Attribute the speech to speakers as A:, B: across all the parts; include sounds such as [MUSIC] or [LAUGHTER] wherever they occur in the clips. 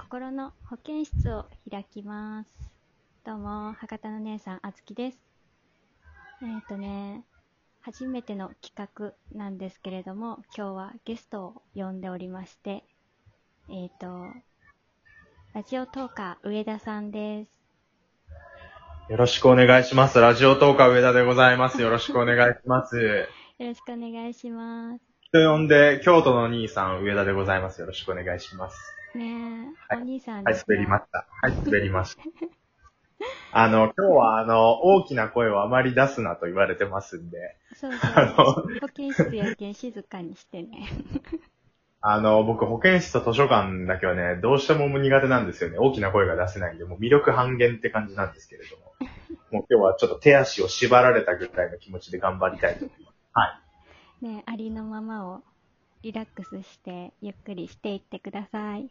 A: 心の保健室を開きます。どうも、博多の姉さん、あつきです。えっ、とね、初めての企画なんですけれども、今日はゲストを呼んでおりまして、えっ、と、ラジオトーカー上田さんです。
B: よろしくお願いします。ラジオトーカー上田でございます。よろしくお願いします。
A: よろしくお願いします。
B: 人呼んで、京都のお兄さん上田でございます。よろしくお願いします。
A: ねえ、
B: はい
A: お兄さん
B: は
A: で
B: い、
A: す、
B: 滑りました。はい、滑りました。あの、今日はあの、大きな声をあまり出すなと言われてますんで、
A: そう
B: あの
A: そう。保健室やけん静かにしてね。
B: あの、僕保健室と図書館だけはね、どうしても苦手なんですよね。大きな声が出せないんで、もう魅力半減って感じなんですけれども。もう今日はちょっと手足を縛られたぐらいの気持ちで頑張りたいと思います。はい。
A: ねえ、ありのままをリラックスして、ゆっくりしていってください。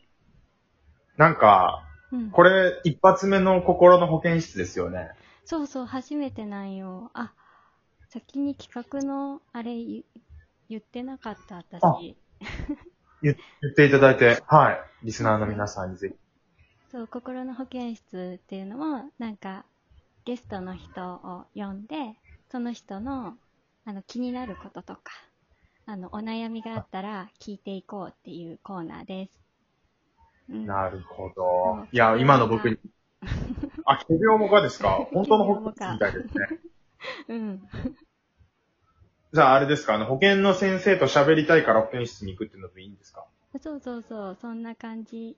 B: なんか、
A: うん。
B: これ、一発目の心の保健室ですよね。
A: そうそう、初めてなんよ。あ、先に企画の、あれ、ゆ言ってなかった、
B: あ
A: 私。
B: 言っていただいて、はい。リスナーの皆さんにぜひ。
A: そう、心の保健室っていうのも、なんか、ゲストの人を呼んで、その人の、あの、気になることとか、あの、お悩みがあったら聞いていこうっていうコーナーです。うん
B: なるほ
A: う
B: ど
A: ん。
B: いや、今の僕に。あ、仮病もかで
A: [LAUGHS]
B: すか本当の保健室みたいですね。
A: うん。
B: じゃあ、あれですかあの、保健の先生と喋りたいから保健室に行くっていうのでいいんですか
A: そうそうそう、そんな感じ。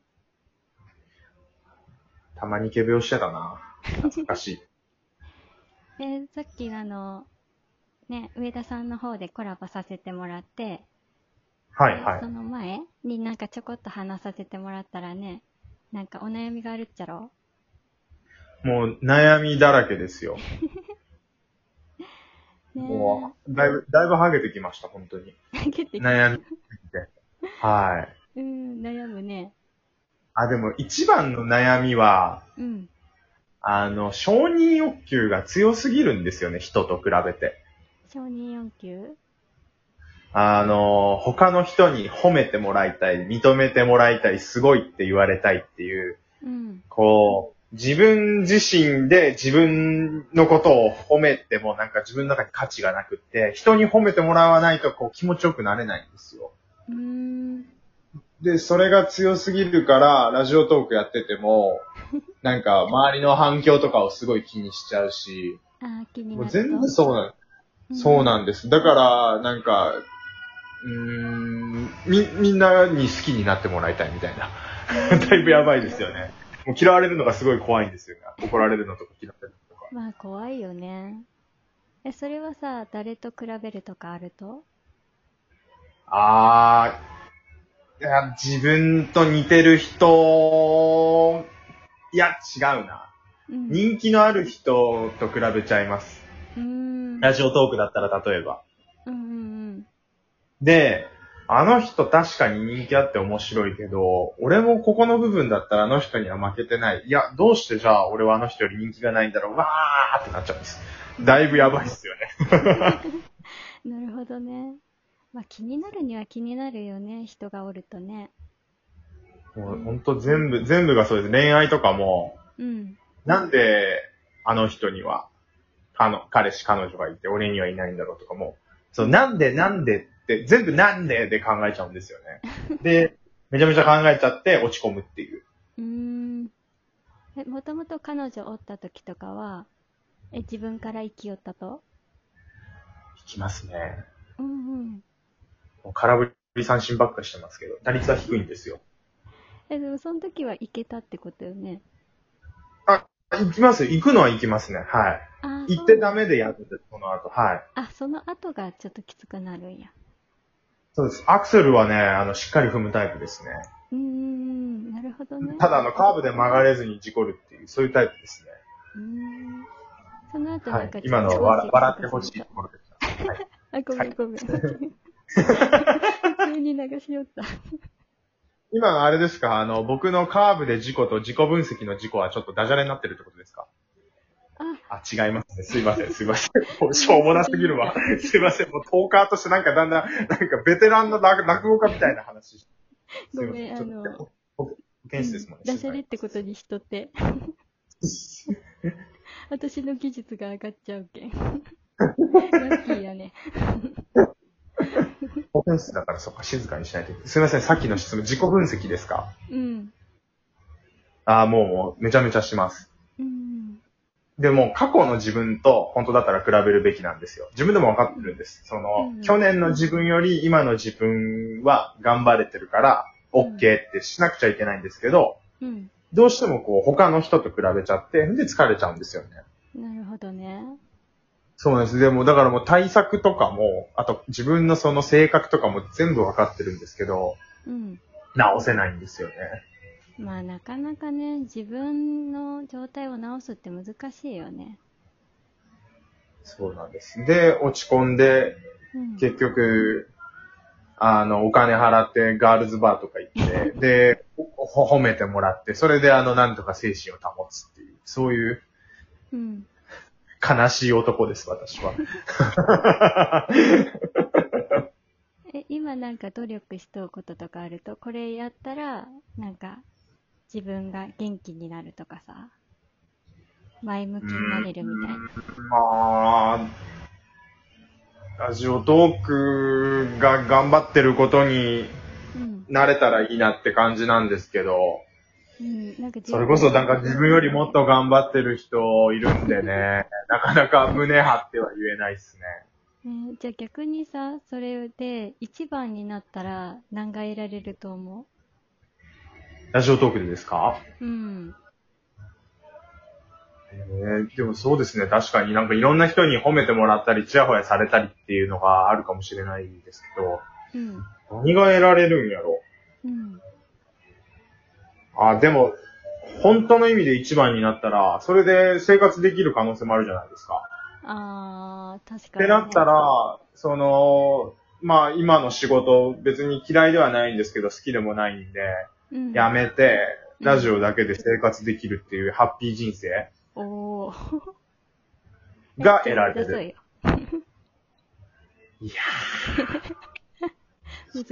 B: たまに仮病してたな。懐
A: [LAUGHS]
B: かしい。
A: で、さっきあの、ね、上田さんの方でコラボさせてもらって、
B: はい、はい
A: そ。の前になんかちょこっと話させてもらったらね、なんかお悩みがあるっちゃろ
B: もう、悩みだらけですよ。
A: ね [LAUGHS]
B: もう、だいぶ、だいぶハゲてきました、本当に。
A: え。かけてき
B: 悩みすぎて。はい。
A: うん、悩むね。
B: あ、でも一番の悩みは、
A: うん。
B: あの、承認欲求が強すぎるんですよね、人と比べて。
A: 承認欲求
B: あの、他の人に褒めてもらいたい、認めてもらいたい、すごいって言われたいっていう、
A: うん。
B: こう、自分自身で自分のことを褒めてもなんか自分の中に価値がなくって、人に褒めてもらわないとこう気持ちよくなれないんですよ。
A: うーん。
B: で、それが強すぎるから、ラジオトークやって
A: [LAUGHS]
B: ても、なんか周りの反響とかをすごい気にしちゃうし、
A: あー気にな
B: もう
A: る
B: 全部
A: ぞ
B: そうなん、そうなんです。だから、なんか、うーん、み、みんなに好きになってもらいたいみたいな。 [LAUGHS] だいぶやばいですよね。もう嫌われるのがすごい怖いんですよね。怒られるのとか嫌われるのとか。
A: まあ怖いよね。え、それはさ、誰と比べるとかあると
B: あー、いや、自分と似てる人、いや、違うな。
A: うん。う
B: 人気のある人と比べちゃいます。
A: ーん。
B: ラジオトークだったら例えば。
A: うんうん
B: で、あの人確かに人気あって面白いけど、俺もここの部分だったらあの人には負けてない。いや、どうしてじゃあ俺はあの人より人気がないんだろう。わーってなっちゃうんです。だいぶやばいっすよね。
A: うん。なるほどね。まあ気になるには気になるよね、人がおるとね。
B: もうほんと全部、全部がそうです。恋愛とかも、
A: うん。
B: なんであの人には、あの、彼氏彼女がいて俺にはいないんだろうとかも、そう、なんでなんでって、全部なんでで考えちゃうんですよね。で、めちゃめちゃ考えちゃって落ち込むっていう。
A: うーん。え、もともと彼女おった時とかは、え、自分から生きよったと
B: いきますね。
A: うんうん。
B: もう空振り三振ばっかしてますけど、打率は低いんですよ。
A: え、でもその時は行けたってことよね。
B: 行きますよ。行くのは行きますね。は
A: あー
B: い。行ってダメでやってて、その後。はい。
A: あ、その後がちょっときつくなるんや。
B: そうです。アクセルはね、あの、しっかり踏むタイプですね。
A: うーん、なるほどね。
B: ただ、あの、カーブで曲がれずに事故るっていう、そういうタイプですね。
A: うーん。その後
B: は
A: なん
B: い
A: か。
B: 今のは笑笑ってほしい
A: あ
B: と、ころです。
A: ごめんごめん。急 [LAUGHS] に流しよった。
B: 今のあれですかあの、僕のカーブで事故と自己分析の事故はちょっとダジャレになってるってことですか
A: あ、
B: あ、違いますね。すいません、すいません。もうしょうもなす
A: [LAUGHS]
B: ぎるわ。すいません。もうトーカーとしてなんかだんだん、なんかベテランの落落語家みたいな話して
A: ごめん、あ
B: ちょっと
A: の、
B: 僕天使ですもんね。
A: 出せれってことにしと
B: [LAUGHS]
A: って。私の技術が上がっちゃうけん。ラッキーやね。
B: 天使だからそっか、静かにしないといけない。すみません、さっきの質問、自己分析ですか
A: うん。
B: ああ、もう、めちゃめちゃします。
A: うん。
B: でも、過去の自分と、本当だったら比べるべきなんですよ。自分でも分かってるんです。その、
A: うん
B: 去年の自分より、今の自分は頑張れてるから、OK ってしなくちゃいけないんですけど、
A: うん。
B: どうしてもこう、他の人と比べちゃって、で、疲れちゃうんですよね。
A: なるほどね。
B: そうなんです。でも、だからもう対策とかも、あと自分のその性格とかも全部分かってるんですけど、
A: うん。
B: 直せないんですよね。
A: まあなかなかね、自分の状態を直すって難しいよね。
B: そうなんです。で、落ち込んで、
A: うん。
B: 結局、あの、お金払ってガールズバーとか行
A: [LAUGHS]
B: って、で、ほほ褒めてもらって、それであの、なんとか精神を保つっていう、そういう
A: うん。
B: 悲しい男です、私
A: [LAUGHS]
B: は。
A: え、今なんか努力しとうこととかあると、これやったら、なんか、自分が元気になるとかさ、前向きになれるみたいな。
B: まあ、ラジオトークが頑張ってることに
A: うん。
B: なれたらいいなって感じなんですけど、
A: うん。なんか自分
B: それこそなんか自分よりもっと頑張ってる人いるんで [LAUGHS] ね、なかなか胸張っては言えないですね。
A: ねじゃあ逆にさ、それで一番になったら何が得られると思
B: ラジオトークでですか
A: ううん。
B: えーでもそうですね、確かになんかいろんな人に褒めてもらったり、ちやほやされたりっていうのがあるかもしれないですけ
A: うん。
B: ど、何が得られるんやろ
A: うん。
B: あ、でも、本当の意味で一番になったら、それで生活できる可能性もあるじゃないですか。
A: あー、確
B: っ
A: かに、ね。
B: てなったら、その、まあ今の仕事別に嫌いではないんですけど、好きでもないんで、
A: うん、
B: やめて、
A: うん
B: ラジオだけで生活できるっていうハッピー人生
A: おー。
B: [LAUGHS] が得られ
A: そう [LAUGHS]
B: る。
A: よ。
B: いや
A: [LAUGHS] 難し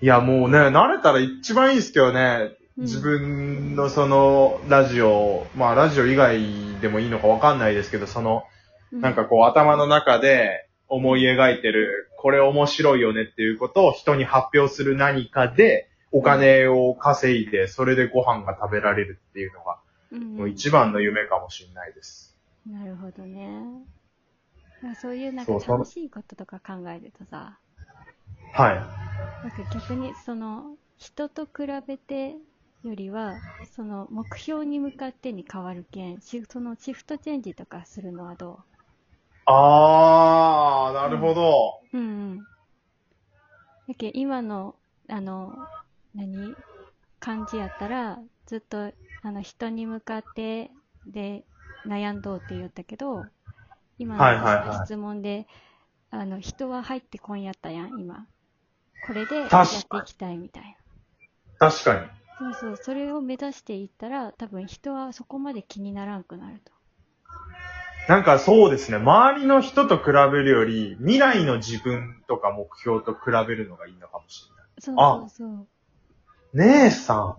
A: い。
B: いや、もうね、慣れたら一番いいですけどね、
A: うん
B: 自分のその、ラジオ、まあラジオ以外でもいいのかわかんないですけど、その、なんかこう頭の中で思い描いてる、これ面白いよねっていうことを人に発表する何かで、お金を稼いで、それでご飯が食べられるっていうのが、
A: うん、うん
B: もう一番の夢かもしれないです。
A: なるほどね。まあ、そういうなんか
B: そうその
A: 楽しいこととか考えるとさ、
B: は
A: なんか逆にその人と比べてよりは、その目標に向かってに変わるけん、シフそのシフトチェンジとかするのはど
B: い。あー、なるほど。
A: ううんうん。だけど今の、あの、何感じやったら、ずっとあの人に向かってで悩んどうって言ったけど、今
B: はいはいは
A: の
B: い
A: 質問で、あの人は入ってこんやったやん、今。これでやっ
B: 確かに
A: ていきたいみたいな。
B: 確かに。
A: そうそう、それを目指していったら、多分人はそこまで気にならんくなると。
B: なんかそうですね、周りの人と比べるより、未来の自分とか目標と比べるのがいいのかもしれない。
A: そうそうそう。
B: 姉さん。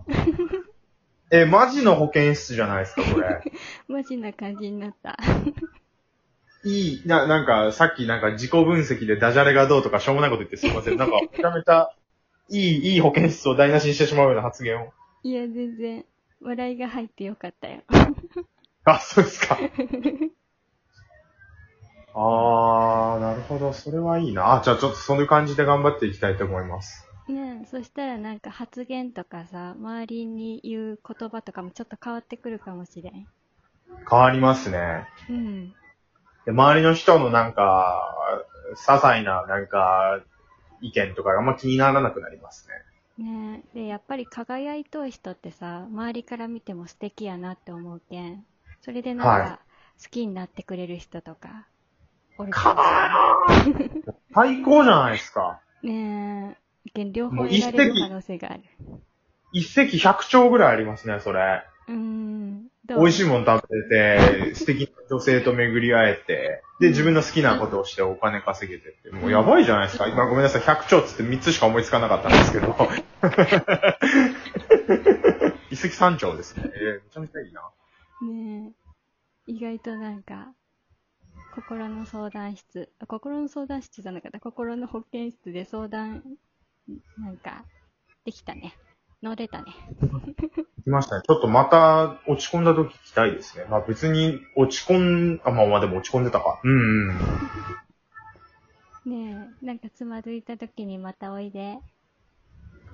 B: え、マジの保健室じゃないですか、これ。
A: マジな感じになった。 [LAUGHS]
B: いい、な、なんか、さっきなんか自己分析でダジャレがどうとかしょうもないこと言ってすいません。なんか、めちゃめちゃ、いい、いい保健室を台無しにしてしまうような発言を。
A: いや、全然、笑いが入ってよかったよ。
B: あ、そうですか。あー、なるほど。それはいいな。あ、じゃあちょっとそういう感じで頑張っていきたいと思います。
A: ねえ、そしたらなんか発言とかさ、周りに言う言葉とかもちょっと変わってくるかもしれん。
B: 変わりますね。
A: うん。
B: で周りの人のなんか、些細ななんか、意見とかがあんま気にならなくなりますね。
A: ねえ、で、やっぱり輝いとう人ってさ、周りから見ても素敵やなって思うけん。それでなん
B: は
A: か、好きになってくれる人とか、おるかも
B: 最高じゃないですか。
A: しれん。ねえ、けん両
B: も
A: 方
B: う一
A: 得られる
B: 石
A: 可能性がある。
B: 一石百鳥ぐらいありますね、それ。
A: うーん。どう
B: 美味しいもん食べてて、素敵な女性と巡り会えて、で、自分の好きなことをしてお金稼げてって、もうやばいじゃないですか。今ごめんなさい、100兆っつって3つしか思いつかなかったんですけど。一石三鳥ですね。えー、めちゃめちゃいいな。
A: ねえ。意外となんか、心の相談室、あ心の相談室じゃなかった、心の保健室で相談、なんか、できたね。乗れたね。
B: 来ましたね。ちょっとまた落ち込んだ時聞きたいですね。まあ別に落ち込ん、あ、まあまあでも落ち込んでたか。うん、うん。
A: ねえ、なんかつまずいた時にまたおいで。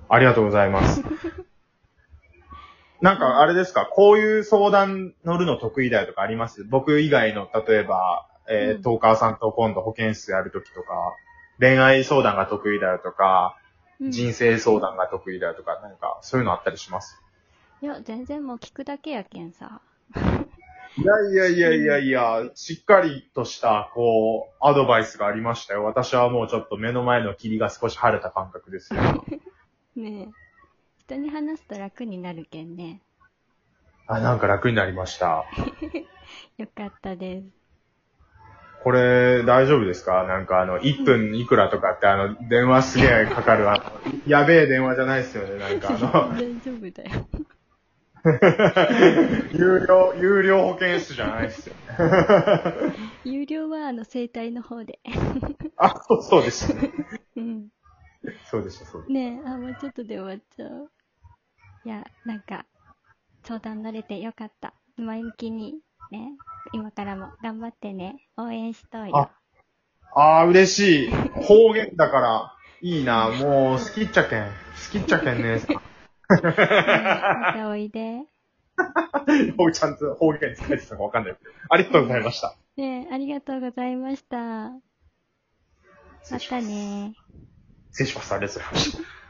B: ありがとうございます。 [LAUGHS] なんかあれですか、こういう相談乗るの得意だよとかあります僕以外の、例えば、え
A: う
B: ー、
A: ん
B: トーカーさんと今度保健室やるときとか、恋愛相談が得意だよとか、
A: うん、い
B: 人生相談が得意だよとか、なんかそういうのあったりします
A: や、全然もう聞くだけやけんさ。
B: いやいやいやいやいや、しっかりとした、こう、アドバイスがありましたよ。私はもうちょっと目の前の霧が少し晴れた感覚ですよ。
A: ねえ。人に話すと楽になるけんね。
B: あ、なんか楽になりました。
A: よかったです。
B: これ、大丈夫ですかなんかあの、1分いくらとかってあの、電話すげえかかる、あの、やべえ電話じゃないですよね、なんかあの、
A: [LAUGHS] 大丈夫だよ。
B: [LAUGHS] 有料、有料保健室じゃないですよ。
A: 有料は、あの、生体の方で。
B: あ、そう、そうでしたね。
A: うん。
B: そうでした、そうでし
A: ねえ、あ、もうちょっとで終わっちゃう。いや、なんか、相談乗れてよかった。前向きに、ね、今からも頑張ってね、応援しとうよ
B: あ。た。あー、嬉しい。方言だから、いいな、もう、好きっちゃけん。好きっちゃけんね。
A: またおいで。
B: [LAUGHS] もうちゃんと方言使えてたかわかんないけど。ありがとうございました。
A: ねえ、ありがとうございました。またね
B: 失礼します。ありがとうございました。